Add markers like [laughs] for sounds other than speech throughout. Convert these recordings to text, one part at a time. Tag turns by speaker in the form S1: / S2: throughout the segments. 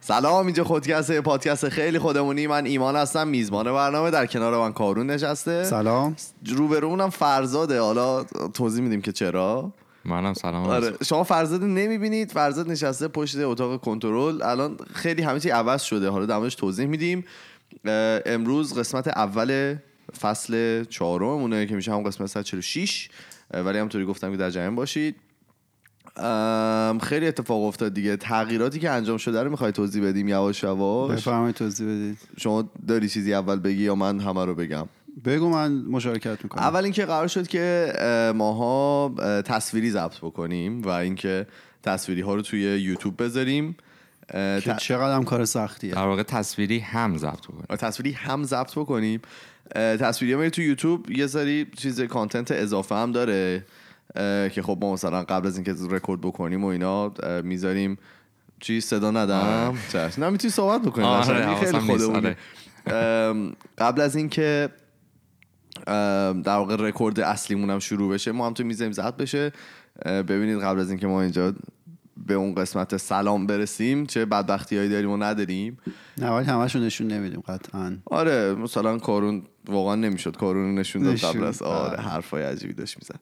S1: سلام اینجا خودکسته یه پادکست خیلی خودمونی من ایمان هستم میزبان برنامه در کنار من کارون نشسته [laughs]
S2: سلام
S1: روبرونم فرزاده حالا توضیح میدیم که چرا
S3: منم سلام
S1: آره شما فرزاد نمیبینید فرزاد نشسته پشت اتاق کنترل الان خیلی همه چی عوض شده حالا در موردش توضیح میدیم اه، امروز قسمت اول فصل چهارمونه که میشه هم قسمت 146 اه، ولی همطوری گفتم که در جریان باشید ام، خیلی اتفاق افتاد دیگه تغییراتی که انجام شده رو میخوای توضیح بدیم یواش یواش
S2: بفرمایید توضیح بدید
S1: شما داری چیزی اول بگی یا من همه رو بگم
S2: بگو من مشارکت میکنم
S1: اول اینکه قرار شد که اه، ماها اه، تصویری ضبط بکنیم و اینکه تصویری ها رو توی یوتیوب بذاریم اه،
S2: که
S1: ت-
S2: چقدر هم کار سختیه
S3: در واقع تصویری هم ضبط کنیم
S1: تصویری هم ضبط بکنیم اه، تصویری ها میره توی یوتیوب یه سری چیز کانتنت اضافه هم داره اه، که خب ما مثلا قبل از اینکه رکورد بکنیم و اینا اه، میذاریم چی صدا ندم چشم. نه میتونی صحبت بکنیم
S3: آره،
S1: قشنگی خیلی
S3: حواسم نیست، آره.
S1: خودمونی. ام، قبل از اینکه ام، در واقع رکورد اصلیمون هم شروع بشه ما هم تو میزیم زد بشه اه، ببینید قبل از اینکه ما اینجا به اون قسمت سلام برسیم چه بدبختی هایی داریم و نداریم
S2: نه ولی همش نشون نمیدیم قطعا
S1: آره مثلا کارون واقعا نمیشد کارون رو نشون داد
S2: نشون.
S1: قبل از آره
S2: آره.
S1: حرفای عجیبی داشت میزد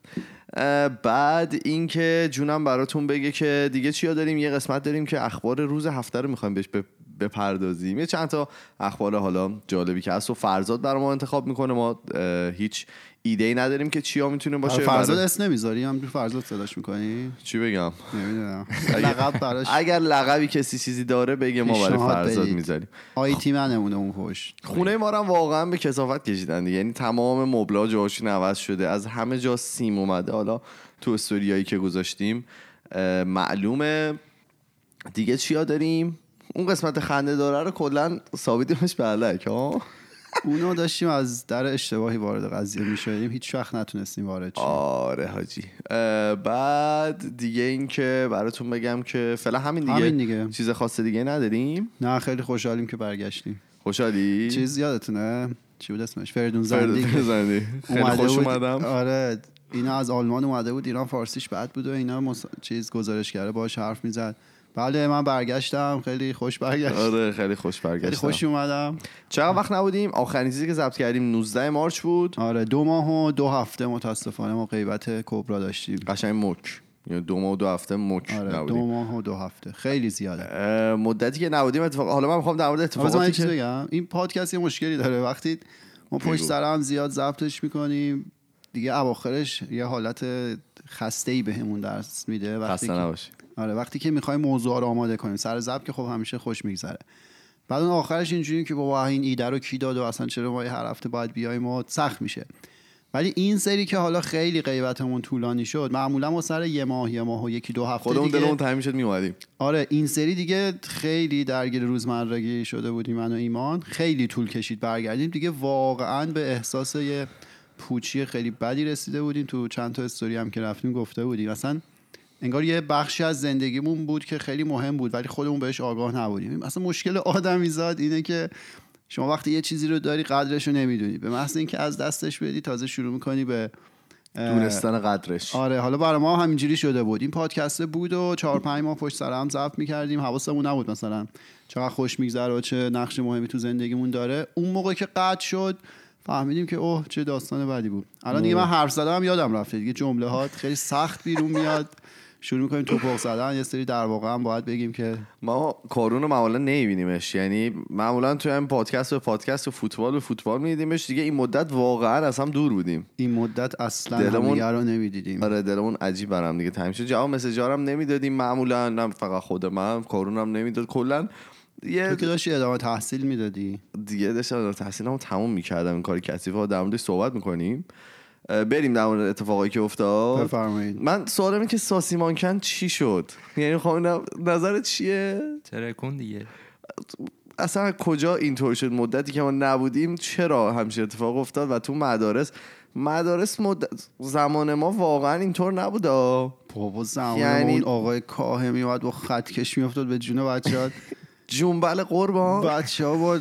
S1: اه، بعد اینکه جونم براتون بگه که دیگه چیا داریم یه قسمت داریم که اخبار روز هفته رو میخوایم بهش بپ- بپردازیم یه چند تا اخبار حالا جالبی که هست و فرزاد برای ما انتخاب میکنه ما اه، هیچ ایده ای نداریم که چیا میتونه باشه بله.
S2: آره، فرزاد
S1: برای-
S2: اسم نمیذاری هم فرزاد صداش میکنی
S1: چی بگم [laughs]
S2: نمیدونم لقب براش
S1: اگر لقبی کسی چیزی داره بگه ما برای
S2: پیشنهاد
S1: فرزاد
S2: بدید.
S1: میذاریم
S2: آیتی من نمونه اون پشت
S1: خونه ما رو هم واقعا به کسافت کشیدن دیگه یعنی تمام مبلا جاشون عوض شده از همه جا سیم اومده حالا تو استوریایی که گذاشتیم اه، معلومه دیگه چیا داریم اون قسمت خنده داره رو کلا ثابتیمش به علک ها
S2: اونو داشتیم از در اشتباهی وارد قضیه میشدیم هیچ وقت نتونستیم وارد شیم
S1: آره حاجی اه، بعد دیگه اینکه براتون بگم که فعلا همین دیگه,
S2: همین دیگه.
S1: چیز خاص دیگه نداریم
S2: نه خیلی خوشحالیم که برگشتیم
S1: خوشحالی
S2: چیز یادتونه چی بود اسمش فردون زندگی
S1: فرد- زندی. خیلی
S2: اومده
S1: خوش
S2: بود.
S1: اومدم
S2: آره اینا از آلمان اومده بود ایران فارسیش بد بود و اینا مس... چیز گزارش کرده باش حرف میزد بله من برگشتم خیلی خوش برگشتم
S1: آره خیلی خوش
S2: خیلی
S1: برگشتم
S2: خوش اومدم
S1: چقدر وقت نبودیم آخرین چیزی که ضبط کردیم 19 مارچ بود
S2: آره دو ماه و دو هفته متاسفانه ما غیبت کبرا داشتیم
S1: قشنگ مک یعنی دو ماه و دو هفته مک
S2: آره
S1: نبودیم
S2: دو ماه و دو هفته خیلی زیاده
S1: اه، مدتی که نبودیم اتفاق حالا من میخوام در مورد
S2: بذار من یه
S1: اتفاقاتی
S2: چیز
S1: که
S2: بگم این پادکست یه مشکلی داره وقتی ما پشت
S1: بگو.
S2: سر هم زیاد ضبطش میکنیم دیگه اواخرش یه حالت خسته ای بهمون درس میده وقتی
S1: خسته
S2: که-
S1: نباشی
S2: آره وقتی که میخوایم موضوع رو آماده کنیم سر زب که خب همیشه خوش میگذره بعد اون آخرش اینجوری که بابا این ایده رو کی داد و اصلا چرا ما هر هفته باید بیایم و سخت میشه ولی این سری که حالا خیلی غیبتمون طولانی شد معمولا ما سر یه ماه یه ماه و یکی دو هفته
S1: خودمون
S2: دیگه
S1: دلمون تنگ شد میومدیم
S2: آره این سری دیگه خیلی درگیر روزمرگی شده بودیم من و ایمان خیلی طول کشید برگردیم دیگه واقعا به احساس یه پوچی خیلی بدی رسیده بودیم تو چند تا استوری هم که رفتیم گفته بودیم اصلا انگار یه بخشی از زندگیمون بود که خیلی مهم بود ولی خودمون بهش آگاه نبودیم اصلا مشکل آدمیزاد اینه که شما وقتی یه چیزی رو داری قدرش رو نمیدونی به محض اینکه از دستش بدی تازه شروع میکنی به اه،
S1: دونستن قدرش
S2: آره حالا برای ما همینجوری شده بود این پادکست بود و چهار پنج ماه پشت سر هم ضبط میکردیم حواسمون نبود مثلا چقدر خوش میگذره و چه نقش مهمی تو زندگیمون داره اون موقع که قطع شد فهمیدیم که اوه چه داستان بدی بود الان دیگه من حرف زدم یادم رفته دیگه جمله ها خیلی سخت بیرون میاد شروع میکنیم توپق زدن یه سری در واقع هم باید بگیم که
S1: ما کارون رو معمولا نمیبینیمش یعنی معمولا توی هم پادکست به پادکست و فوتبال به فوتبال میدیمش دیگه این مدت واقعا از هم دور بودیم
S2: این مدت اصلا
S1: دلمون-
S2: همدیگه رو نمیدیدیم
S1: آره دلمون عجیب برام دیگه تنگ شد جواب مسیجا رو هم نمیدادیم معمولا نه فقط خود من کارونم نمیداد کلا یه
S2: تو که داشتی ادامه تحصیل میدادی
S1: دیگه داشتم تحصیلمو تموم میکردم این کار کثیف ها در موردش صحبت میکنیم بریم در مورد اتفاقایی که افتاد
S2: بفرمایید
S1: من سوالم اینه که ساسی مانکن چی شد یعنی خب نظرت چیه
S3: ترکون دیگه
S1: اصلا کجا اینطور شد مدتی که ما نبودیم چرا همچین اتفاق افتاد و تو مدارس مدارس مدت زمان ما واقعا اینطور نبود آه.
S2: بابا زمان
S1: یعنی-
S2: اون آقای کاهه میومد با خطکش میافتاد به جون بچه‌ها
S1: جنبل قربان
S2: بچه ها با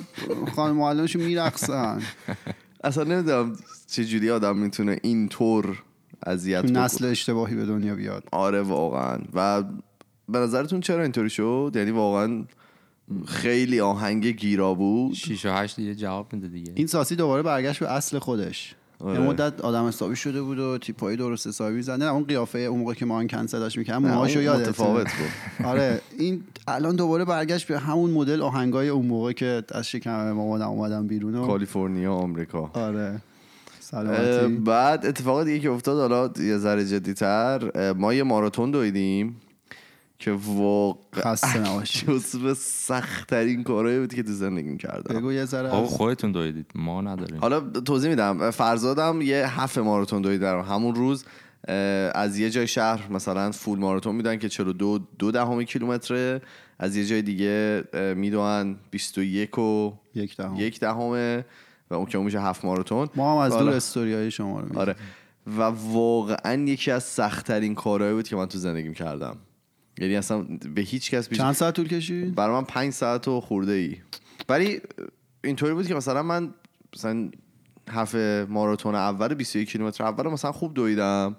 S2: خانم
S1: [laughs]
S2: معلمش میرقصن
S1: اصلا نمیدونم چجوری آدم میتونه اینطور اذیت بکنه
S2: نسل اشتباهی به دنیا بیاد
S1: آره واقعا و به نظرتون چرا اینطوری شد یعنی واقعا خیلی آهنگ گیرا بود
S3: 6 و 8 دیگه جواب میده دیگه
S2: این ساسی دوباره برگشت به اصل خودش
S1: آره.
S2: یه مدت آدم حسابی شده بود و تیپایی درست حسابی زنه اون قیافه اون موقع که ما آن کنسل داشت میکردم
S1: نه،
S2: موهاشو
S1: اون
S2: یادت
S1: متفاوت بود
S2: آره این الان دوباره برگشت به همون مدل آهنگای اون موقع که از شکم مامانم اومدم بیرون و
S1: کالیفرنیا آمریکا
S2: آره
S1: اه،
S2: سلامتی
S1: بعد اتفاق دیگه که افتاد حالا یه ذره جدیتر اه، ما یه ماراتون دویدیم که واقعا
S2: خسته
S1: [laughs]
S2: نباشی
S1: جزو سختترین کارهایی بود که تو زندگیم کردم
S2: بگو یه ذره
S3: آقا
S2: از-
S3: خودتون دویدید ما نداریم
S1: حالا توضیح میدم فرزادم یه هفت ماراتون دوید در همون روز اه، از یه جای شهر مثلا فول ماراتون میدن که 42 دو دهم کیلومتره از یه جای دیگه اه، میدوئن 21 و
S2: یک دهم
S1: یک دهمه و اون که اون میشه هفت ماراتون
S2: ما هم از
S1: حالا-
S2: دور استوریای شما رو می‌دیدیم.
S1: آره و واقعا یکی از سختترین کارهایی بود که من تو زندگیم کردم یعنی اصلا به هیچ کس بیش
S2: چند ساعت طول کشید
S1: برای من پنج ساعت و خورده ای ولی اینطوری بود که مثلا من مثلا هفت ماراتون اول 21 کیلومتر اول رو مثلا خوب دویدم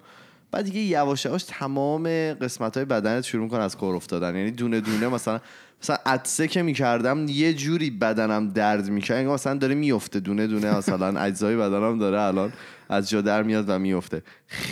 S1: بعد دیگه یواش یواش تمام قسمت های بدنت شروع میکنه از کار افتادن یعنی دونه دونه مثلا مثلا عدسه که میکردم یه جوری بدنم درد میکرد انگار مثلا داره میفته دونه دونه مثلا اجزای بدنم داره الان از جا در میاد و میفته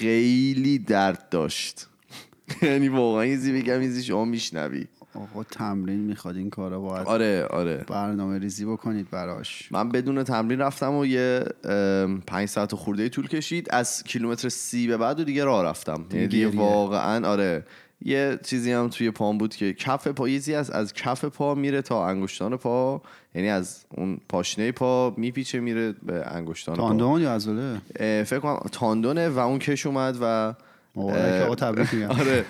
S1: خیلی درد داشت [laughs] یعنی واقعا ایزی بگم ایزی شما میشنوی
S2: آقا تمرین میخواد این کارا باید
S1: آره آره
S2: برنامه ریزی بکنید براش
S1: من بدون تمرین رفتم و یه ام، پنج ساعت و خورده طول کشید از کیلومتر سی به بعد و دیگه راه رفتم یعنی دیگه
S2: گریه.
S1: واقعا آره یه چیزی هم توی پام بود که کف پا یه چیزی از از کف پا میره تا انگشتان پا یعنی از اون پاشنه پا میپیچه میره به انگشتان پا
S2: تاندون یا عضله
S1: اه، فکر کنم تاندونه و اون کش اومد و
S2: مبارک آقا تبریک میگم
S1: آره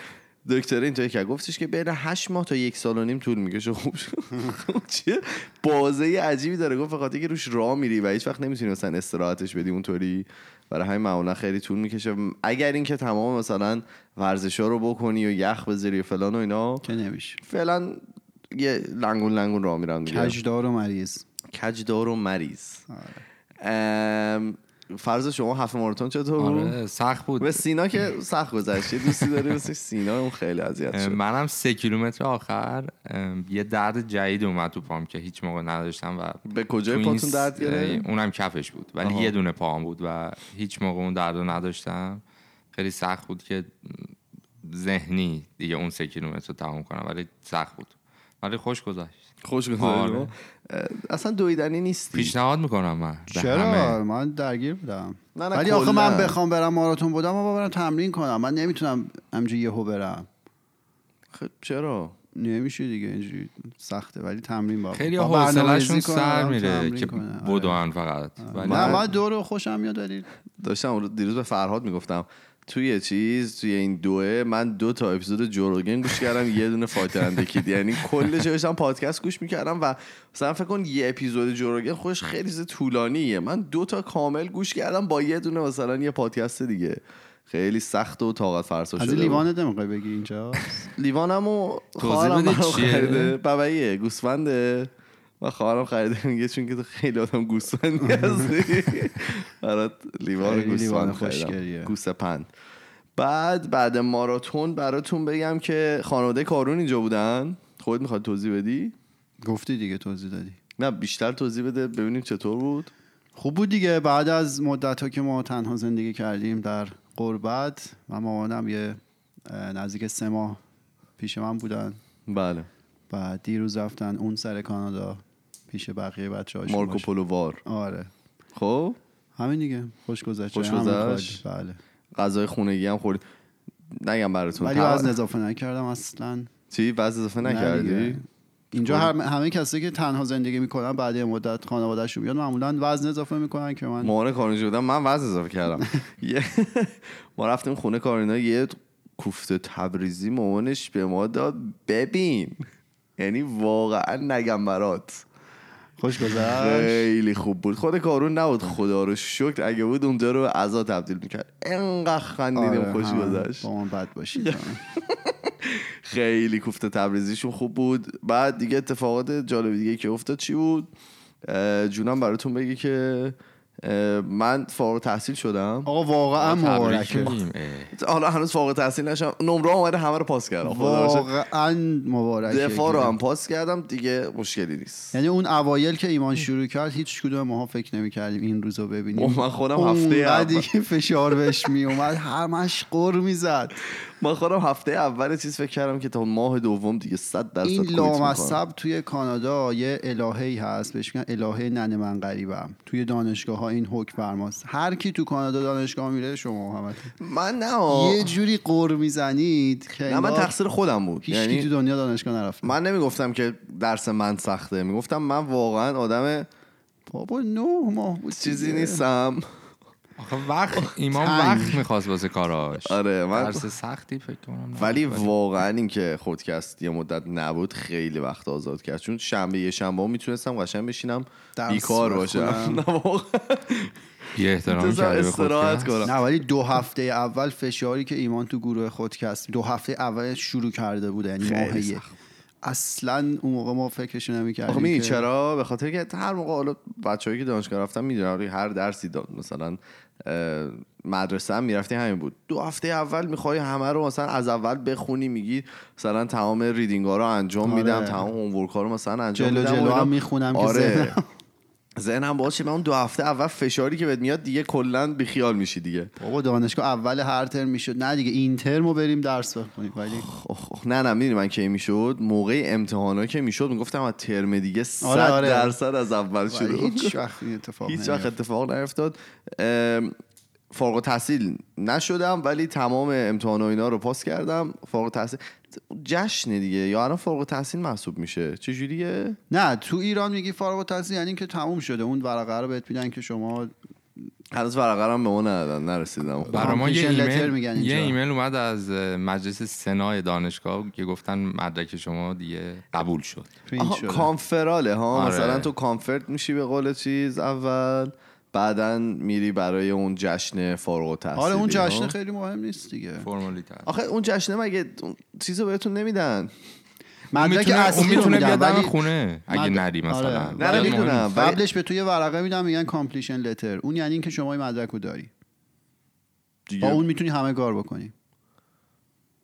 S1: دکتر اینطوری که گفتش که بین 8 ماه تا یک سال و نیم طول میکشه خب خوب شد چه بازه عجیبی داره گفت به خاطر که روش راه میری و هیچ وقت نمیتونی مثلا استراحتش بدی اونطوری برای همین معمولا خیلی طول میکشه اگر اینکه تمام مثلا ورزشا رو بکنی و یخ بذاری و فلان و اینا
S2: که نمیشه
S1: فعلا یه لنگون لنگون راه میرم دیگه
S2: کجدار و مریض آره.
S1: کجدار و مریض ام، فرض شما هفت ماراتون چطور بود؟
S3: آره سخت بود
S1: به سینا که سخت گذشت یه دوستی داری مثل سینا اون خیلی اذیت
S3: اه،
S1: شد
S3: منم سه کیلومتر آخر اه، یه درد جدید اومد تو پام که هیچ موقع نداشتم و
S1: به
S3: تو
S1: کجای
S3: این
S1: پاتون درد
S3: س-
S1: گرفت
S3: اه، اونم کفش بود ولی
S1: آها.
S3: یه دونه پام بود و هیچ موقع اون درد رو نداشتم خیلی سخت بود که ذهنی دیگه اون سه کیلومتر رو تموم کنم ولی سخت بود ولی خوش گذشت
S1: خوش
S3: آره.
S1: گذشت اصلا دویدنی نیستی
S3: پیشنهاد میکنم من به همه.
S2: چرا من درگیر بودم
S1: نه، نه،
S2: ولی آخه من
S1: کلاً.
S2: بخوام برم ماراتون بودم و برم تمرین کنم من نمیتونم همینجوری یهو برم
S1: خب چرا
S2: نمیشه دیگه اینجوری سخته ولی تمرین با
S3: خیلی
S2: با برنامه‌ریزی
S3: حوصلهشون
S2: کنم،
S3: سر
S2: برم
S3: میره
S2: تمرین
S3: که
S2: کنم. آره.
S3: بدون فقط ولی
S2: نه من دور خوشم میاد ولی
S1: داشتم اون رو- دیروز به فرهاد میگفتم توی چیز توی این دوه من دو تا اپیزود جوروگن گوش کردم یه دونه فایتر اندکید یعنی کل داشتم پادکست گوش میکردم و مثلا فکر کن یه اپیزود جوروگن خودش خیلی چیز طولانیه من دو تا کامل گوش کردم با یه دونه مثلا یه پادکست دیگه خیلی سخت و طاقت فرسا شده
S2: از این
S1: بود.
S2: لیوانت نمیخوای بگی
S3: [laughs]
S2: اینجا
S1: لیوانم و
S3: توضیح
S1: خواهرم
S3: بده
S1: برام
S3: چیه؟
S1: خریده ببعیه گوسفنده و خواهرم خریده میگه چون که تو خیلی آدم گوسفندی
S2: [laughs]
S1: هستی برات لیوان
S2: خیلی لیوان
S1: گوسفند
S2: خوشگلیه.
S1: خریدم گوسپند بعد بعد ماراتون براتون بگم که خانواده کارون اینجا بودن خودت میخواد توضیح بدی
S2: گفتی دیگه توضیح دادی
S1: نه بیشتر توضیح بده ببینیم چطور بود
S2: خوب بود دیگه بعد از مدت ها که ما تنها زندگی کردیم در قربت و مامانم یه اه، نزدیک سه ماه پیش من بودن
S1: بله
S2: و دیروز رفتن اون سر کانادا پیش بقیه بچه
S1: مارکو پولووار
S2: آره
S1: خب
S2: همین دیگه خوش گذشت
S1: خوش
S2: همین
S1: گذشت.
S2: کاری. بله
S1: غذای خونگی هم خورد نگم براتون
S2: ولی
S1: تا-
S2: وزن اضافه نکردم اصلا
S1: چی وزن اضافه
S2: نه
S1: نکردی خب.
S2: دیگه. اینجا هم- همه کسی که تنها زندگی میکنن بعد یه مدت خانوادهشون بیاد معمولا وزن اضافه میکنن که من
S1: مامان کارونجی بودم من وزن اضافه
S2: [laughs]
S1: کردم یه- [laughs] ما رفتیم خونه کارینا یه کوفته تبریزی مامانش به ما داد ببین یعنی واقعا نگم برات
S2: خوش گذشت
S1: خیلی خوب بود خود کارون نبود خدا رو شکر اگه بود اونجا رو به عزا تبدیل میکرد انقدر خندیدیم
S2: آره،
S1: خوش
S2: همه
S1: گذشت
S2: با من بد باشید
S1: [laughs] خیلی کوفته تبریزیشون خوب بود بعد دیگه اتفاقات جالب دیگه که افتاد چی بود اه، جونم براتون بگی که اه، من فارغ تحصیل شدم
S2: آقا واقعا
S3: تبریک
S2: مبارکه
S3: میگیم. اه.
S1: حالا هنوز فارغ تحصیل نشم نمره آمده همه رو پاس کردم خدا رو شکر.
S2: واقعا مبارکه
S1: دفاع رو هم پاس کردم دیگه مشکلی نیست
S2: یعنی اون اوایل که ایمان شروع کرد هیچ کدوم ماها فکر نمیکردیم این روزو ببینیم
S1: اوه، من خودم هفته
S2: اول
S1: اول.
S2: که فشار بهش می اومد همش قر میزد
S1: من خودم هفته اول چیز فکر کردم که تا ماه دوم دیگه 100 درصد
S2: این
S1: کویت می‌کنم.
S2: لامصب توی کانادا یه الهه هست بهش میگن الهه نن من غریبم توی دانشگاه ها این حکم فرماست هر کی تو کانادا دانشگاه میره شما همت
S1: من نه
S2: یه جوری قر میزنید که
S1: نه من
S2: انگار
S1: تقصیر خودم بود
S2: هیچ کی تو
S1: یعنی
S2: دنیا دانشگاه نرفته
S1: من نمیگفتم که درس من سخته میگفتم من واقعا آدم
S2: بابا نه ماه بود
S1: چیزی
S2: دیگه.
S1: نیستم
S3: آخه وقت ایمان
S2: تنگ.
S3: وقت میخواست واسه کاراش
S1: آره، من-
S3: درس سختی فکر کنم نه.
S1: ولی واقعا اینکه خودکست یه مدت نبود خیلی وقت آزاد کرد چون شنبه یه شنبه میتونستم قشنگ بشینم
S2: درس
S1: بیکار باشم
S2: بخونم.
S1: [laughs] نه واقعا
S3: یه احترام
S1: بذار
S3: کرده به
S1: استراحت
S3: خودت
S1: کنم
S2: نه ولی دو هفته اول فشاری که ایمان تو گروه خود کست دو هفته اول شروع کرده بود یعنی
S1: خیلی
S2: ماه یک. اصلا اون موقع ما فکرش
S1: آخه
S2: نمیکردیم
S1: می‌دونی چرا به خاطر که هر موقع حالا بچه‌ای که دانشگاه رفتن میدونن هر درسی داد مثلا اه، مدرسه هم میرفتی همین بود دو هفته اول میخوای همه رو مثلا از اول بخونی میگی مثلا تمام ریدینگ ها رو انجام
S2: آره.
S1: میدم تمام هومورک ها رو مثلا انجام
S2: جلو
S1: میدم و
S2: جلو
S1: اینا.
S2: هم میخونم که
S1: آره
S2: ذهنم-
S1: ذهنم باشه من اون دو هفته اول فشاری که بهت میاد دیگه کلا بیخیال میشی دیگه
S2: بابا دانشگاه اول هر ترم میشد نه دیگه این ترم رو بریم درس بخونیم ولی
S1: آخ، آخ، نه نه میدونی من کی میشد موقع امتحانا که میشد میگفتم از ترم دیگه 100
S2: آره، آره.
S1: درصد از اول
S2: ولی
S1: شروع
S2: هیچ وقت این اتفاق
S1: هیچ وقت
S2: نمیفته.
S1: اتفاق نیفتاد ام، فارغ تحصیل نشدم ولی تمام امتحان و اینا رو پاس کردم فارغ تحصیل جشن دیگه یا الان فارغ تحصیل محسوب میشه چه جوریه
S2: نه تو ایران میگی فارغ التحصیل یعنی که تموم شده اون ورقه رو بهت میدن که شما
S1: هنوز ورقه رو هم به ما ندادن نرسیدم
S3: برای ما یه
S2: Completion letter
S3: ایمیل,
S2: میگن اینجا.
S3: یه ایمیل اومد از اه، مجلس سنای دانشگاه که گفتن مدرک شما دیگه قبول شد
S2: پرینت
S1: آها،
S2: شده
S1: کانفراله ها
S3: آره.
S1: مثلا تو کانفرت میشی به قول چیز اول بعدا میری برای اون جشن فارغ التحصیلی
S2: آره اون
S1: ها. خب.
S2: جشن خیلی مهم نیست دیگه
S3: فرمالیت هست.
S1: آخه اون جشنه مگه اون چیزو بهتون نمیدن
S3: اون
S2: مدرک
S3: میتونه- اون
S1: خب،
S2: اصلی رو
S3: میتونه
S2: میدن،
S3: بیاد دم
S2: ولی-
S3: خونه اگه
S2: مد-
S3: نری مثلا
S2: آره.
S1: نه، نه،
S3: ولی
S1: میدونم.
S3: مهم.
S1: ولی-
S2: قبلش به تو یه ورقه میدم میگن کامپلیشن لتر اون یعنی اینکه شما این مدرک رو داری با
S1: دیگه
S2: اون میتونی همه کار بکنی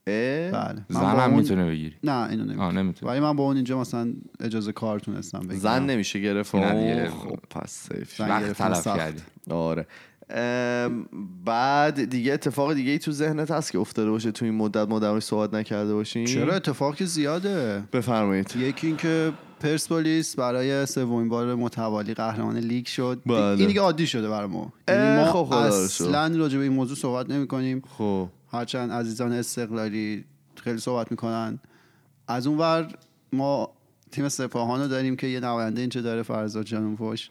S1: اه؟
S2: بله من با
S3: زنم
S2: اون-
S3: میتونه بگیری
S2: نه اینو
S3: آه
S2: نمیتونی
S3: نمیتونه
S2: ولی من با اون اینجا مثلا اجازه کار تونستم بگیرم
S1: زن نمیشه گرفت
S3: نه دیگه.
S1: اوه، خب پس سیف
S2: زن
S3: وقت
S2: گرفتن
S3: تلف
S2: سخت.
S3: کردی
S1: آره ام، بعد دیگه اتفاق دیگه ای تو ذهنت هست که افتاده باشه تو این مدت ما در صحبت نکرده باشیم
S2: چرا اتفاقی زیاده
S1: بفرمایید
S2: یکی اینکه پرسپولیس برای سومین بار متوالی قهرمان لیگ شد
S1: بله.
S2: این دیگه عادی شده برای ما
S1: اه،
S2: یعنی
S1: خب،
S2: ما
S1: خدا رو شکر.
S2: اصلا راجع به این موضوع صحبت نمی کنیم
S1: خب
S2: هرچند عزیزان استقلالی خیلی صحبت میکنن از اون ور ما تیم سپاهان رو داریم که یه نماینده اینجا داره فرزاد جانونپوش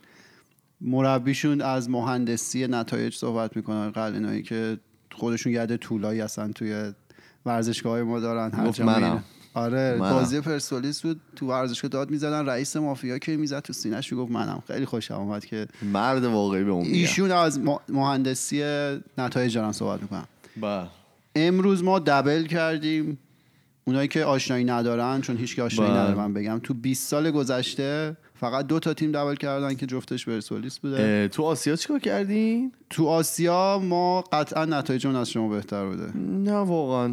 S2: مربیشون از مهندسی نتایج صحبت میکنن قلنایی که خودشون ید طولایی هستن توی ورزشگاه ما دارن هر
S1: گفت
S2: جا می‌رن.
S1: منم.
S2: آره
S1: منم.
S2: بازی پرسپولیس بود تو ورزشگاه داد میزدن رئیس مافیا که میزد تو سینه‌ش میگفت منم خیلی خوشم اومد که
S1: مرد واقعی به اون میگن.
S2: ایشون از ما- مهندسی نتایج دارن صحبت میکنن
S1: بله.
S2: امروز ما دبل کردیم اونایی که آشنایی ندارن چون هیچ آشنایی
S1: بله.
S2: نداره من بگم تو 20 سال گذشته فقط دو تا تیم دبل کردن که جفتش پرسپولیس بوده
S1: اه، تو آسیا چیکار کردین
S2: تو آسیا ما قطعا نتایجمون از شما بهتر بوده
S1: نه واقعا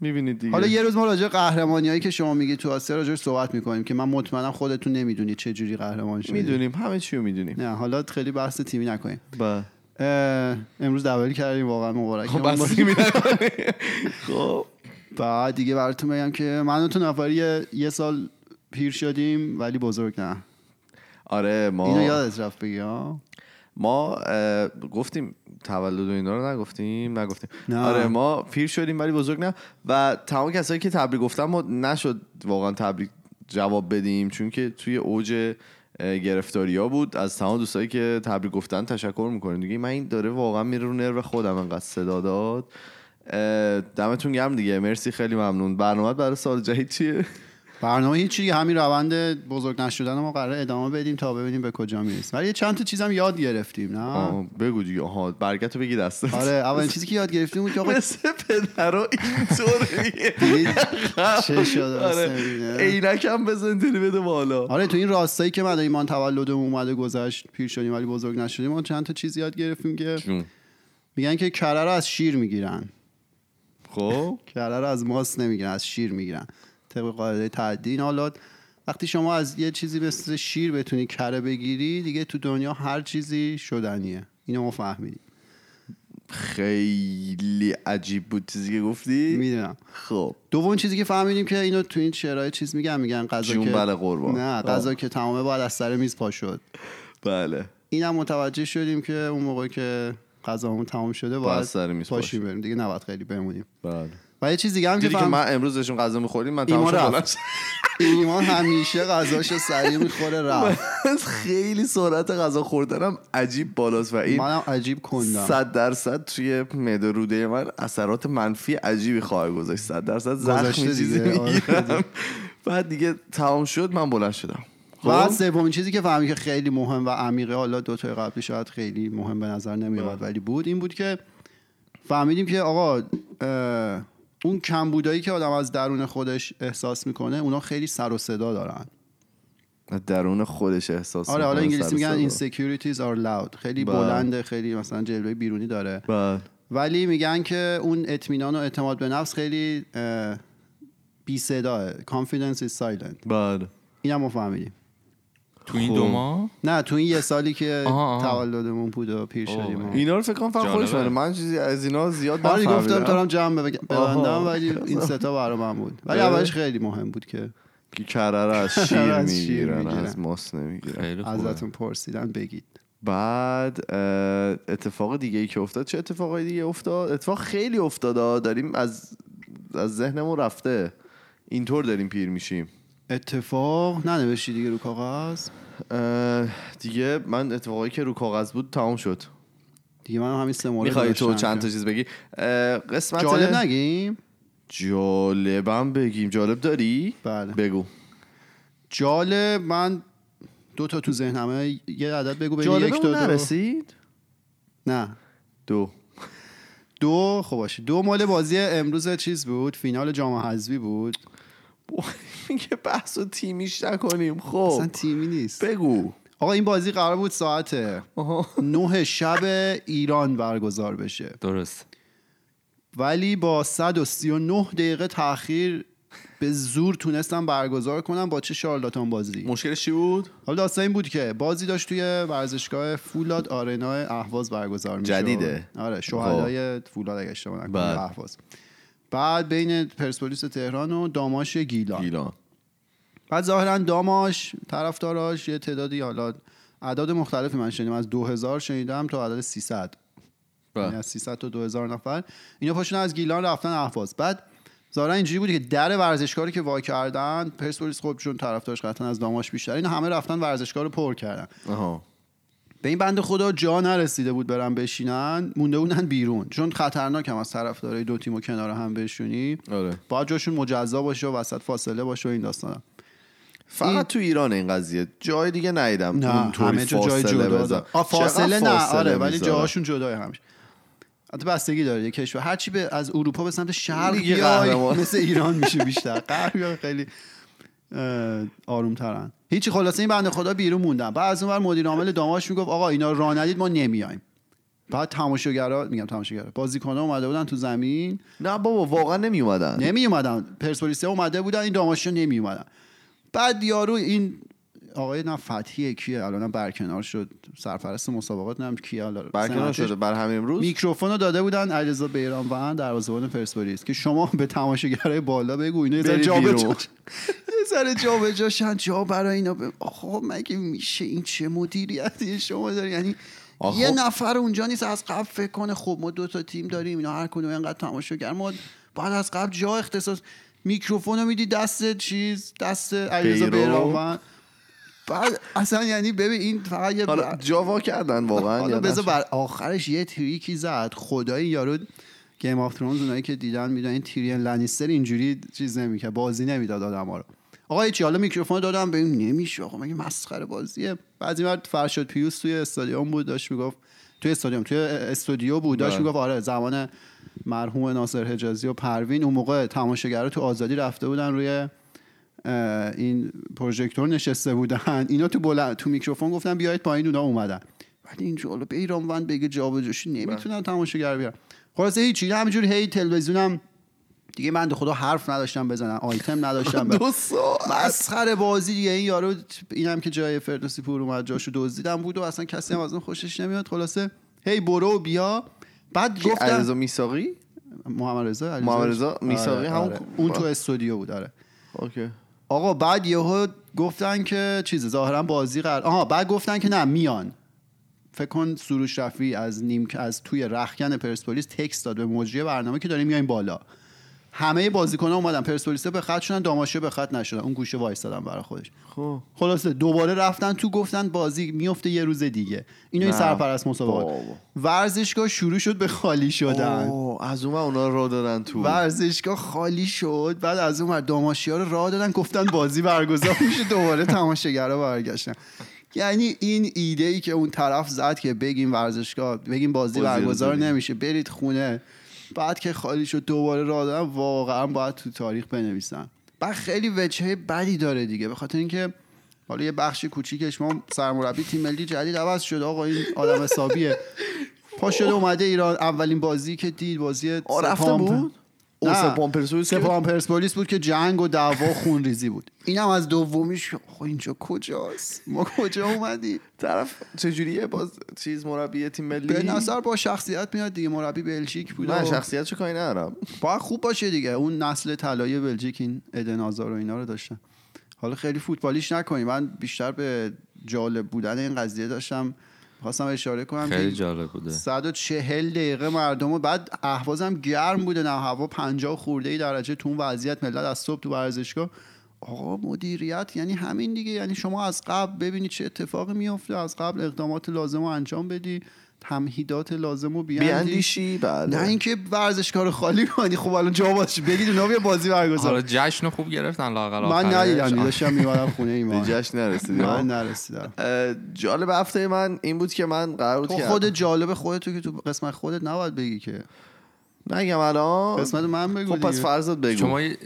S1: میبینید دیگه
S2: حالا یه روز ما راجع به قهرمانیایی که شما میگی تو آسیا راجع صحبت میکنیم که من مطمئنم خودتون نمیدونید چه جوری قهرمان شدید
S1: میدونیم همه چی رو میدونیم
S2: نه حالا خیلی بحث تیمی نکنیم
S1: بله.
S2: اه، امروز دبل کردیم واقعا مبارک
S1: خب بس نمی‌دونیم. خب
S2: بعد دیگه براتون بگم که من و تو نفری یه- یه سال پیر شدیم ولی بزرگ نه
S1: آره ما
S2: اینو یادت رفت بگی ها
S1: ما اه، گفتیم تولد و اینا رو نگفتیم نگفتیم
S2: نه.
S1: آره ما پیر شدیم ولی بزرگ نه و تمام کسایی که تبریک گفتن ما نشد واقعا تبریک جواب بدیم چون که توی اوج گرفتاری ها بود از تمام دوستایی که تبریک گفتن تشکر میکنیم دیگه من این داره واقعا میره رو نرو خودم انقدر صدا داد اه، دمتون گرم دیگه مرسی خیلی ممنون برنامه برای سال جدید چیه
S2: برنامه هیچی دیگه همین روند بزرگ نشدن ما قرار ادامه بدیم تا ببینیم به کجا میرسیم ولی یه چند تا چیزم یاد گرفتیم نه
S1: آه، بگو دیگه آها برگتو بگی دستت
S2: آره اولین چیزی که یاد گرفتیم بود که آقا
S1: [laughs] مثل پدر رو اینطوریه
S2: [laughs] چه شده
S1: آره. عینک هم بزن دلی بده بالا
S2: آره تو این راستایی که من و ایمان تولدمون اومده گذشت پیر شدیم ولی بزرگ نشدیم ما چند تا چیز یاد گرفتیم که میگن که کره رو از شیر میگیرن
S1: خب
S2: کره رو از ماست نمیگیرن از شیر میگیرن طبق قاعده تعدین حالا وقتی شما از یه چیزی مثل شیر بتونی کره بگیری دیگه تو دنیا هر چیزی شدنیه اینو ما فهمیدیم
S1: خیلی عجیب بود چیزی که گفتی
S2: میدونم
S1: خب
S2: دوم چیزی که فهمیدیم که اینو تو این شعرهای چیز میگن میگن غذا
S1: جون
S2: که
S1: بله قربان.
S2: نه غذا که تمامه باید از سر میز پا شد
S1: بله
S2: اینم متوجه شدیم که اون موقع که غذامون تمام شده باید
S1: از سر میز
S2: پاشیم بریم دیگه نباید خیلی بمونیم
S1: بله
S2: و یه چیز دیگه هم که
S1: دیدی که
S2: فهم...
S1: من امروز داشتیم غذا میخوریم من
S2: ایمان
S1: تماشا
S2: رفت.
S1: بلند شدم.
S2: [laughs] ایمان همیشه غذاشو سریع میخوره رفت
S1: من [laughs] خیلی سرعت غذا خوردنم عجیب بالاست و این
S2: منم عجیب کندم
S1: صد درصد توی معده روده من اثرات منفی عجیبی خواهد گذاشت صد درصد زخم
S2: گذاشته
S1: چیزی
S2: دیگه، آره.
S1: میگیرم بعد دیگه تمام شد من بلند شدم
S2: و
S1: خب
S2: سومین چیزی که فهمی که خیلی مهم و عمیقه حالا دو تا قبلی شاید خیلی مهم به نظر نمیاد ولی بود این بود که فهمیدیم که آقا اه، اون کمبودایی که آدم از درون خودش احساس میکنه اونا خیلی سر و صدا دارن
S1: خب؟ درون خودش احساس
S2: آره حالا
S1: می‌کنه،
S2: انگلیسی
S1: سر
S2: میگن
S1: صدا.
S2: insecurities are loud خیلی
S1: بله.
S2: بلنده خیلی مثلا جلوه بیرونی داره
S1: بله.
S2: ولی میگن که اون اطمینان و اعتماد به نفس خیلی اه، بی صداه confidence is silent
S1: بله
S2: اینم ما فهمیدیم
S3: تو این
S1: خب.
S3: دو ماه
S2: نه تو این یه سالی که
S3: آها، آها.
S2: تولدمون بود و پیر
S3: اوه،
S2: شدیم و-
S1: اینا رو فکر کنم فقط
S3: جالبه.
S1: خودش بدونه. من چیزی از اینا زیاد
S2: آره
S1: نفهمیدم.
S2: گفتم دارم جمع بگ- ببندم
S1: آها.
S2: ولی این ستا برای من بود ولی
S1: اه.
S2: اولش خیلی مهم بود که
S1: که کره رو از
S2: کره
S1: شیر
S2: از شیر
S1: میگیرن
S2: می‌گیرن.
S1: از ماست نمیگیرن
S3: خیلی خوبه
S2: ازتون پرسیدن بگید
S1: بعد اه، اتفاق دیگه ای که افتاد چه اتفاقای دیگه افتاد اتفاق خیلی افتاد آه. داریم از از ذهنمون رفته اینطور داریم پیر میشیم
S2: اتفاق ننوشتی دیگه رو کاغذ
S1: اه، دیگه من اتفاقایی که رو کاغذ بود تمام شد
S2: دیگه من همین سه مورد
S1: میخوای تو
S2: داشتم
S1: چند تا
S2: که-
S1: چیز بگی اه، قسمت
S2: جالب نگیم
S1: جالبم بگیم جالب داری
S2: بله
S1: بگو
S2: جالب من دو تا تو ذهنمه یه عدد بگو بین یک
S1: جالب
S2: تا دو
S1: نرسید
S2: نه
S1: دو
S2: دو خب باشه دو مال بازی امروز چیز بود فینال جام حذفی بود
S1: خب. [laughs] میگه بحث و تیمیش نکنیم
S2: اصلا
S1: خب
S2: تیمی نیست
S1: بگو
S2: آقا این بازی قرار بود ساعت
S1: آها.
S2: نه شب ایران برگزار بشه
S3: درست
S2: ولی با 139 دقیقه تاخیر به زور تونستم برگزار کنم با چه شارلاتان بازی
S1: مشکلش چی بود
S2: حالا داستان این بود که بازی داشت توی ورزشگاه فولاد آرنا اهواز برگزار میشه
S1: جدیده؟
S2: آره شهدای فولاد اگه اشتباه نکنم
S1: بله.
S2: اهواز بعد بین پرسپولیس تهران و داماش گیلان
S1: گیلان
S2: بعد ظاهرا داماش طرفداراش یه تعدادی حالا اعداد مختلفی من شنیدم از 2000 شنیدم تا عدد 300 یعنی
S1: بله.
S2: از 300 تا 2000 نفر اینا پاشون از گیلان رفتن اهواز بعد ظاهرا اینجوری بودی که در ورزشگاه رو که وا کردن پرسپولیس خب چون طرفدارش قطعا از داماش بیشتر اینا همه رفتن ورزشگاه رو پر کردن
S1: آها
S2: به این بنده خدا جا نرسیده بود برن بشینن مونده بودن بیرون چون خطرناک هم از طرفدارای دو تیم و کنار هم بشونی
S1: آره
S2: باید جاشون مجزا باشه و وسط فاصله باشه و این داستانا این-
S1: فقط تو ایران این قضیه جای دیگه ندیدم
S2: نه همه جا جای جدا داره. آه، فاصله نه آره ولی جاهاشون جدای همیشه البته بستگی داره یه کشور هرچی به از اروپا به سمت شرق
S1: لیگ
S2: بیای
S1: قهرمان.
S2: مثل ایران میشه بیشتر غرب بیای خیلی آروم ترن هیچی خلاصه این بنده خدا بیرون موندن بعد از اون ور مدیر عامل داماش میگفت آقا اینا را ندید ما نمیایم بعد تماشاگرها میگم تماشاگرها بازیکن‌ها اومده بودن تو زمین
S1: نه بابا واقعا نمی اومدن
S2: نمی اومدن پرسپولیس اومده بودن این داماشو نمی اومدن بعد یارو این آقای نه فتحیه کیه الانم برکنار شد سرپرست مسابقات نم کیه الان
S1: برکنار
S2: سمتش.
S1: شده بر همین امروز
S2: میکروفون رو داده بودن علیرضا بیرانوند دروازه‌بان پرسپولیس که شما به تماشاگرای بالا بگو اینا یه ذره
S1: برید
S2: جا به جا [laughs]
S1: بیرون.
S2: یه ذره جا به جا شن، جا برای اینا ب... آقا مگه میشه این چه مدیریتی شما داری یعنی
S1: آخه
S2: یه
S1: خب-
S2: نفر اونجا نیست از قبل فکر کنه خب ما دو تا تیم داریم اینا هر کدوم اینقدر تماشاگر ما بعد از قبل جا اختصاص میکروفون رو میدی دست چیز دست علیرضا
S1: بیرون.
S2: بیرانوند بعد اصلا یعنی ببین این فقط یه
S1: حالا جا وا کردن واقعا
S2: حالا
S1: یا نه؟
S2: بذار بر آخرش یه تریکی زد خدای یارو گیم آف ترونز اونایی که دیدن میدونن این تیریان لنیستر اینجوری چیز نمیکرد بازی نمیداد آدما رو آقا هیچی حالا میکروفون دادم به این نمیشه آقا مگه مسخره بازیه بعضی وقت فرشاد پیوس توی استادیوم بود داشت میگفت توی استادیوم توی استودیو بود داشت
S1: بله.
S2: میگفت آره زمان مرحوم ناصر حجازی و پروین اون موقع تماشاگرا تو آزادی رفته بودن روی اه، این پروژکتور نشسته بودن اینا تو بلند تو میکروفون گفتن بیایید پایین اونا اومدن ولی اینجا حالا به ایرانوند بگه جابجاشی
S1: بله.
S2: نمیتونن تماشاگر بیارن خلاص هیچی همینجوری هی تلویزیونم دیگه من خدا حرف نداشتم بزنم آیتم نداشتم
S1: [laughs] دو ساعت
S2: مسخره بازی دیگه این یارو اینم که جای فردوسی پور اومد جاشو دزدیدم بود و اصلا کسی هم از اون خوشش نمیاد خلاصه هی برو و بیا بعد
S1: کی؟
S2: گفتم
S1: علیرضا میساقی
S2: محمد رضا علیرضا-
S1: محمد رضا میساقی
S2: آره،
S1: همون
S2: آره. اون تو استودیو بود آره
S1: اوکی
S2: آقا بعد یهو گفتن که چیز ظاهرا بازی قرار آها بعد گفتن که نه میان فکر کن سروش رفی از نیم از توی رخکن پرسپولیس تکست داد به مجری برنامه که داریم میایم بالا همه بازیکن‌ها اومدن پرسپولیسه به خط شدن داماشه به خط نشدن اون گوشه وایستادن برای خودش
S1: خب
S2: خلاصه دوباره رفتن تو گفتن بازی میفته یه روز دیگه اینو این
S3: نه.
S2: سرپرست مسابقات
S1: بابا.
S2: ورزشگاه شروع شد به خالی شدن
S1: آه، از اون ور اونا رو دادن تو
S2: ورزشگاه خالی شد بعد از اون ور داماشی ها رو راه دادن گفتن بازی برگزار میشه دوباره تماشاگرها برگشتن یعنی این ایده ای که اون طرف زد که بگیم ورزشگاه بگیم
S1: بازی
S2: بازی
S1: رو
S2: برگزار
S1: داریم.
S2: نمیشه برید خونه بعد که خالی شد دوباره راه دادن واقعا باید تو تاریخ بنویسن بعد خیلی وجهه بدی داره دیگه به خاطر اینکه حالا یه بخش کوچیکش ما سرمربی تیم ملی جدید عوض شد آقا این آدم حسابیه پا شده اومده ایران اولین بازی که دید بازی
S1: آه، رفته
S2: سپاهان-
S1: بود؟ او
S2: نه.
S1: سپاهان پرسپولیس که-
S2: سپاهان پرسپولیس بود که جنگ و دعوا و خونریزی بود اینم از دومیش خب اینجا کجاست ما کجا اومدیم
S1: طرف چجوریه باز چیز مربی تیم ملی
S2: به نظر با شخصیت میاد دیگه مربی بلژیک بود
S1: من
S2: و
S1: شخصیتشو کاری ندارم
S2: باید خوب باشه دیگه اون نسل طلایی بلژیک این ادن آزار و اینا رو داشتن حالا خیلی فوتبالیش نکنیم من بیشتر به جالب بودن این قضیه داشتم خواستم اشاره کنم که
S3: خیلی
S2: این
S3: جالب بوده
S2: 140 دقیقه مردم و بعد اهوازم گرم بوده نه هوا 50 خورده ای درجه تو اون وضعیت ملت از صبح تو ورزشگاه آقا مدیریت یعنی همین دیگه یعنی شما از قبل ببینی چه اتفاقی میفته از قبل اقدامات لازم رو انجام بدی تمهیدات لازم رو بیاندیش
S1: بیاندیشی بله
S2: نه اینکه ورزشکار خالی کنی خب الان جا باش بگید اونا بیا بازی
S3: حالا
S1: آره،
S2: برگزار
S3: آره، جشن رو خوب گرفتن لاقل
S2: من یعنی
S3: آخرش.
S2: ندیدم داشتم میبرم خونه
S1: به
S2: ایمان
S1: جشن نرسیدی
S2: من
S1: ها؟
S2: نرسیدم
S1: اه، جالب هفته من این بود که من قرار بود
S2: تو
S1: که
S2: خود جالب خودتو که تو قسمت خودت نباید بگی که
S1: نگم الان
S2: قسمت من بگو
S1: خب پس
S2: دیگه.
S1: فرضت بگو
S3: شما یه-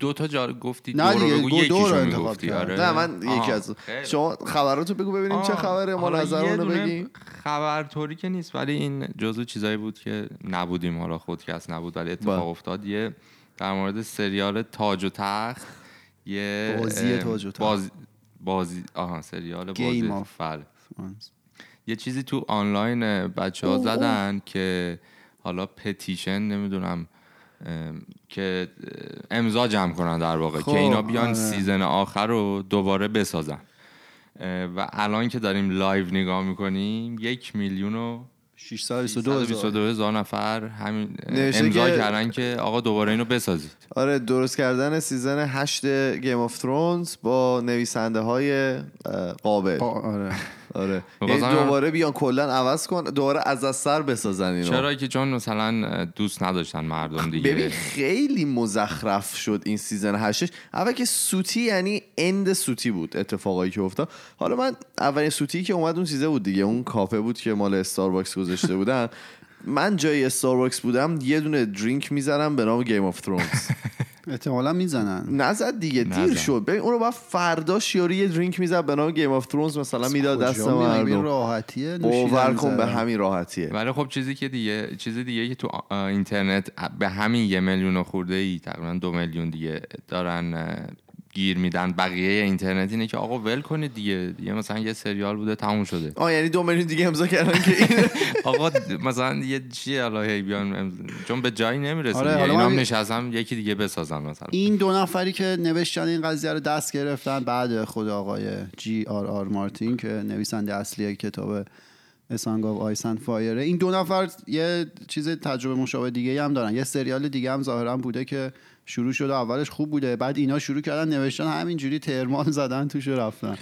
S3: دو تا جار گفتی
S2: نه
S3: دو رو
S2: دیگه،
S3: بگو
S2: دو- دو رو
S3: یکیشو
S2: انتخاب
S3: میگفتی
S2: کردم.
S3: آره
S1: نه من
S3: آه،
S1: یکی از
S3: خیلی.
S1: شما خبراتو بگو ببینیم چه
S3: آه،
S1: خبره ما
S3: حالا یه
S1: نظرمونو
S3: دونه
S1: بگیم
S3: خبرطوری که نیست ولی این جزو چیزایی بود که نبودیم حالا خودکست نبود ولی اتفاق
S1: بله.
S3: افتاد یه در مورد سریال تاج و تخت یه
S2: بازی
S3: اه،
S2: تاج و تخت.
S3: بازی بازی آها سریال
S2: Game
S3: بازی
S2: of-
S3: بله. یه چیزی تو آنلاین بچه ها زدن که حالا پتیشن نمیدونم که امضا جمع کنن در واقع
S2: خب،
S3: که اینا بیان
S2: آره.
S3: سیزن آخر رو دوباره بسازن اه، و الان که داریم لایو نگاه میکنیم یک میلیون و
S2: 622 هزار
S3: 622 هزار نفر همین اه،
S1: نوشته
S3: امضا
S1: که-
S3: کردن که آقا دوباره اینو بسازید
S1: آره درست کردن سیزن 8 گیم آف ترونز با نویسنده های قابل
S2: آ- آره
S1: آره یعنی
S3: بازم هم-
S1: دوباره بیان کلا عوض کن دوباره از از سر بسازن اینو
S3: چرا که چون مثلا دوست نداشتن مردم دیگه
S1: ببین خیلی مزخرف شد این سیزن هشتش اول که سوتی یعنی اند سوتی بود اتفاقایی که افتاد حالا من اولین سوتی که اومد اون چیزه بود دیگه اون کافه بود که مال استارباکس گذاشته بودن من جای استارباکس بودم یه دونه درینک میزنم به نام گیم آف
S3: [laughs]
S1: ترونز
S2: احتمالا میزنن
S1: نزد دیگه دیر
S3: نزد.
S1: شد ببین اون رو باید فردا شیاری یه درینک میزد به نام گیم آف ترونز مثلا میداد
S2: کجا
S1: دست
S2: می‌بینی؟ به
S1: مردم
S2: خب، راحتیه
S1: باور
S2: نوشیدن
S1: کن به
S2: می‌زنن.
S1: همین راحتیه
S3: ولی خب چیزی که دیگه چیز دیگه که تو آ- آ، اینترنت به همین یه میلیون خورده ای تقریبا دو میلیون دیگه دارن اه، گیر میدن بقیه اینترنت اینه که آقا ول کنید دیگه دیگه مثلا یه سریال بوده تموم شده
S1: آه یعنی دو میلیون دیگه امضا کردن که این
S3: آقا د- مثلا یه چی حالا هی بیان امز- چون به جایی نمیرسه
S2: آره،
S3: آره
S2: حالا
S3: اینا هم
S2: من-
S3: نشستم یکی دیگه بسازم مثلا
S2: این دو نفری که نوشتن این قضیه رو دست گرفتن بعد خود آقای جی آر آر مارتین که نویسنده اصلی کتاب اسانگ آف آیس اند فایره این دو نفر یه چیز تجربه مشابه دیگه هم دارن یه سریال دیگه هم ظاهرا بوده که شروع شده اولش خوب بوده بعد اینا شروع کردن نوشتن همینجوری ترمال زدن توش و رفتن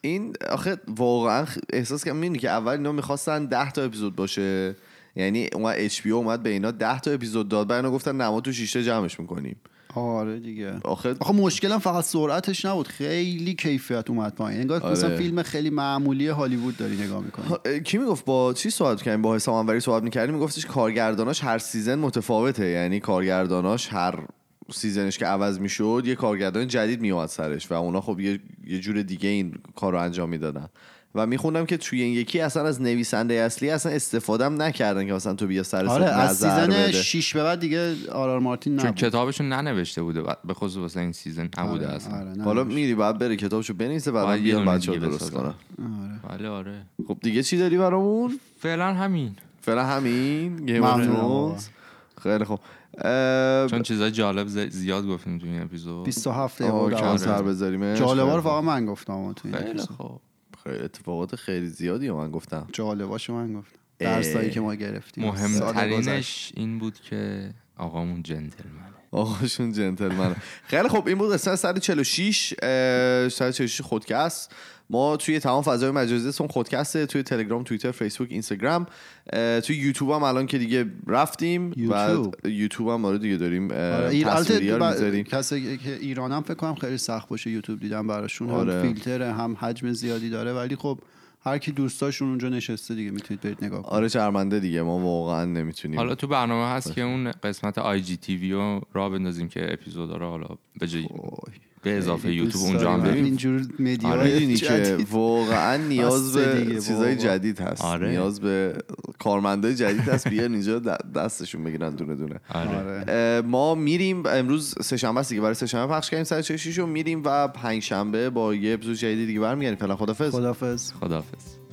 S1: این آخه واقعا خ- احساس کردم می‌دونی که اول اینا میخواستن 10 تا اپیزود باشه یعنی اومد اچ اومد به اینا 10 تا اپیزود داد بعد اینا گفتن نه ما تو شیشه جمعش میکنیم
S2: آره دیگه
S1: آخه
S2: آخه مشکلم فقط سرعتش نبود خیلی کیفیت اومد پایین انگار
S1: آره.
S2: مثلا فیلم خیلی معمولی هالیوود داری نگاه میکنی
S1: ها- اه، کی میگفت با چی صحبت کردیم با حسام انوری صحبت میکردیم میگفتش کارگرداناش هر سیزن متفاوته یعنی کارگرداناش هر سیزنش که عوض میشد یه کارگردان جدید میومد سرش و اونا خب یه, یه جور دیگه این کار رو انجام میدادن و میخوندم که توی این یکی اصلا از نویسنده اصلی اصلا استفادم نکردن که مثلا تو بیا سر
S2: آره
S1: نظر
S2: از سیزن
S1: بده.
S2: 6 به بعد دیگه آرار مارتین
S3: چون
S2: نبود
S3: کتابشو ننوشته بوده و- به خصوص واسه این سیزن نبوده
S2: آره،
S3: اصلا
S2: آره، نه.
S1: حالا میری بعد بره کتابشو بنویسه بعد
S3: باید یه
S1: بیان
S3: دونه
S1: بچه‌ها
S3: دیگه
S1: درست
S3: بسازن.
S1: کنن
S2: آره.
S3: بله آره
S1: خب دیگه چی داری برامون
S3: فعلا همین
S1: فعلا همین گیم
S2: ممنونم آقا.
S1: خیلی خب اه،
S3: چون چیزای جالب ز- زیاد گفتیم تو این اپیزود
S2: 27
S1: آه،
S2: بود
S1: کمتر بذاریم
S2: جالبار واقعا من گفتم آقا تو این
S3: خیلی
S2: اپیزود.
S3: خوب
S1: خیلی اتفاقات خیلی زیادی من گفتم
S2: جالباشو من گفتم
S1: اه.
S2: درسایی که ما گرفتیم سال گذشت.
S3: مهمترینش این بود که آقامون جنتلمنه
S1: آقاشون
S2: [laughs]
S1: جنتلمن خیلی خب این بود قسمت 146 اه، 146 خودکست ما توی تمام فضای مجازی اسم خودکسته توی تلگرام توییتر فیسبوک اینستاگرام اه، توی یوتیوب هم الان که دیگه رفتیم
S2: یوتیوب.
S1: و یوتیوب هم آره دیگه داریم
S2: آره،
S1: اه،
S2: ایر-
S1: تصویری ها رو
S2: البته
S1: می‌ذاریم.
S2: ب- کسی که ایرانم فکر کنم خیلی سخت باشه یوتیوب دیدن براشون
S1: آره.
S2: هم فیلتر هم حجم زیادی داره ولی خب هر کی دوستاشون اونجا نشسته دیگه میتونید برید نگاه کنید
S1: آره شرمنده دیگه ما واقعا نمیتونیم
S3: حالا تو برنامه هست که اون قسمت آی جی تی وی رو را بندازیم که اپیزود رو حالا به جای
S1: خب.
S3: به اضافه یوتیوب اونجا هم بریم
S2: اینجور مدیا
S1: [laughs]
S3: آره،
S1: میدونی که واقعا نیاز
S2: بسته
S1: به
S2: دیگه،
S1: چیزای
S2: بابا.
S1: جدید هست
S3: آره.
S1: نیاز به کارمندای جدید
S3: [laughs]
S1: هست بیان اینجا د- دستشون بگیرن دونه دونه
S3: آره
S1: اه، ما میریم امروز سه‌شنبه است دیگه برای سه‌شنبه پخش کردیم سر رو میریم و پنجشنبه با یه اپیزود جدید دیگه برمیگردیم فعلا خدافظ
S2: خدافظ
S3: خداحافظ